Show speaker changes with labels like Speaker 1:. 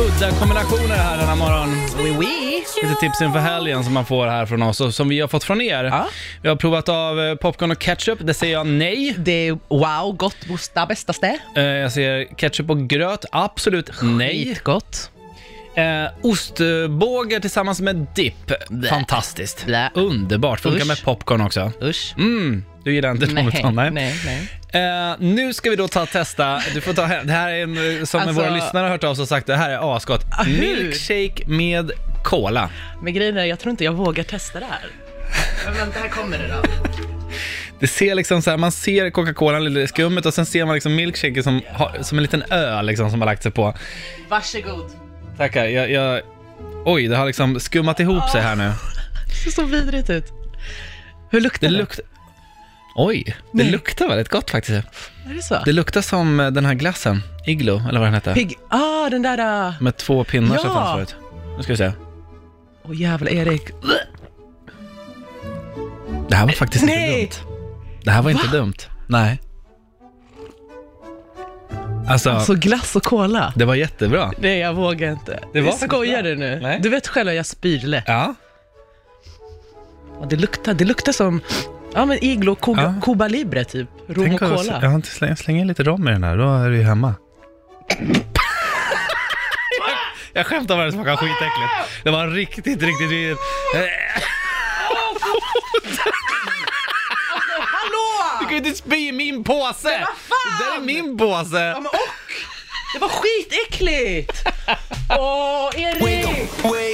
Speaker 1: Lite kombinationer här denna morgon. Lite tips inför helgen som man får här från oss och som vi har fått från er.
Speaker 2: Ja.
Speaker 1: Vi har provat av eh, popcorn och ketchup, det säger jag nej.
Speaker 2: Det är wow, gott, busta, bästaste.
Speaker 1: Eh, Jag säger ketchup och gröt, absolut nej.
Speaker 2: Skitgott.
Speaker 1: Eh, ostbågar tillsammans med dipp,
Speaker 2: Blä.
Speaker 1: fantastiskt.
Speaker 2: Blä.
Speaker 1: Underbart, funkar
Speaker 2: Usch.
Speaker 1: med popcorn också.
Speaker 2: Usch.
Speaker 1: Mm, du gillar inte något
Speaker 2: Nej,
Speaker 1: sånt, nej.
Speaker 2: nej, nej.
Speaker 1: Eh, nu ska vi då ta och testa, du får ta hem, det här är en, eh, som
Speaker 2: Alltså- Ah,
Speaker 1: våra lyssnare har hört av sig och sagt, det här är asgott.
Speaker 2: hur?
Speaker 1: Milkshake med cola.
Speaker 2: Men grejen är, jag tror inte jag vågar testa det här. Men vänta, här kommer det då.
Speaker 1: Det ser liksom så här, man ser Coca-Cola, lilla skummet och sen ser man liksom milkshake som, har, som en liten ö liksom som har lagt sig på.
Speaker 2: Varsågod.
Speaker 1: Tackar, jag, jag Oj, det har liksom skummat ihop sig här nu.
Speaker 2: Det ser så vidrigt ut. Hur luktar
Speaker 1: Det
Speaker 2: det?
Speaker 1: luktar... Oj, det
Speaker 2: Nej.
Speaker 1: luktar väldigt gott faktiskt.
Speaker 2: är det så?
Speaker 1: Det luktar som eh, den här glassen, Iglo, eller vad den hette.
Speaker 2: Pigg. Ah, den där... Åh
Speaker 1: Med två pinnar som
Speaker 2: Ja.
Speaker 1: fanns förut. Nu ska vi se.
Speaker 2: oh, jävlar, Erik.
Speaker 1: Det här var faktiskt inte
Speaker 2: Eh, Nej!
Speaker 1: dumt. Det här var inte
Speaker 2: Va?
Speaker 1: dumt. Nej. Alltså,
Speaker 2: Så glass och cola.
Speaker 1: det var jättebra.
Speaker 2: Nej, jag vågar inte.
Speaker 1: Det var
Speaker 2: jag skojar du nu?
Speaker 1: Nej.
Speaker 2: Du vet själv att jag spyr lätt.
Speaker 1: Ja.
Speaker 2: Och Det luktar, det luktar som ja, men iglo, Cuba,
Speaker 1: Ja.
Speaker 2: Cuba Libre typ. Rom och
Speaker 1: att-
Speaker 2: cola.
Speaker 1: Ja, inte släng, släng in lite rom i den här, då är du ju hemma. Jag skämtar bara, det smakar skitäckligt. Det var riktigt, riktigt vidrigt. Du
Speaker 2: Hallå!
Speaker 1: kan ju inte spy i min påse! Det där är min påse!
Speaker 2: men och! Det var skitäckligt! Åh, Erik!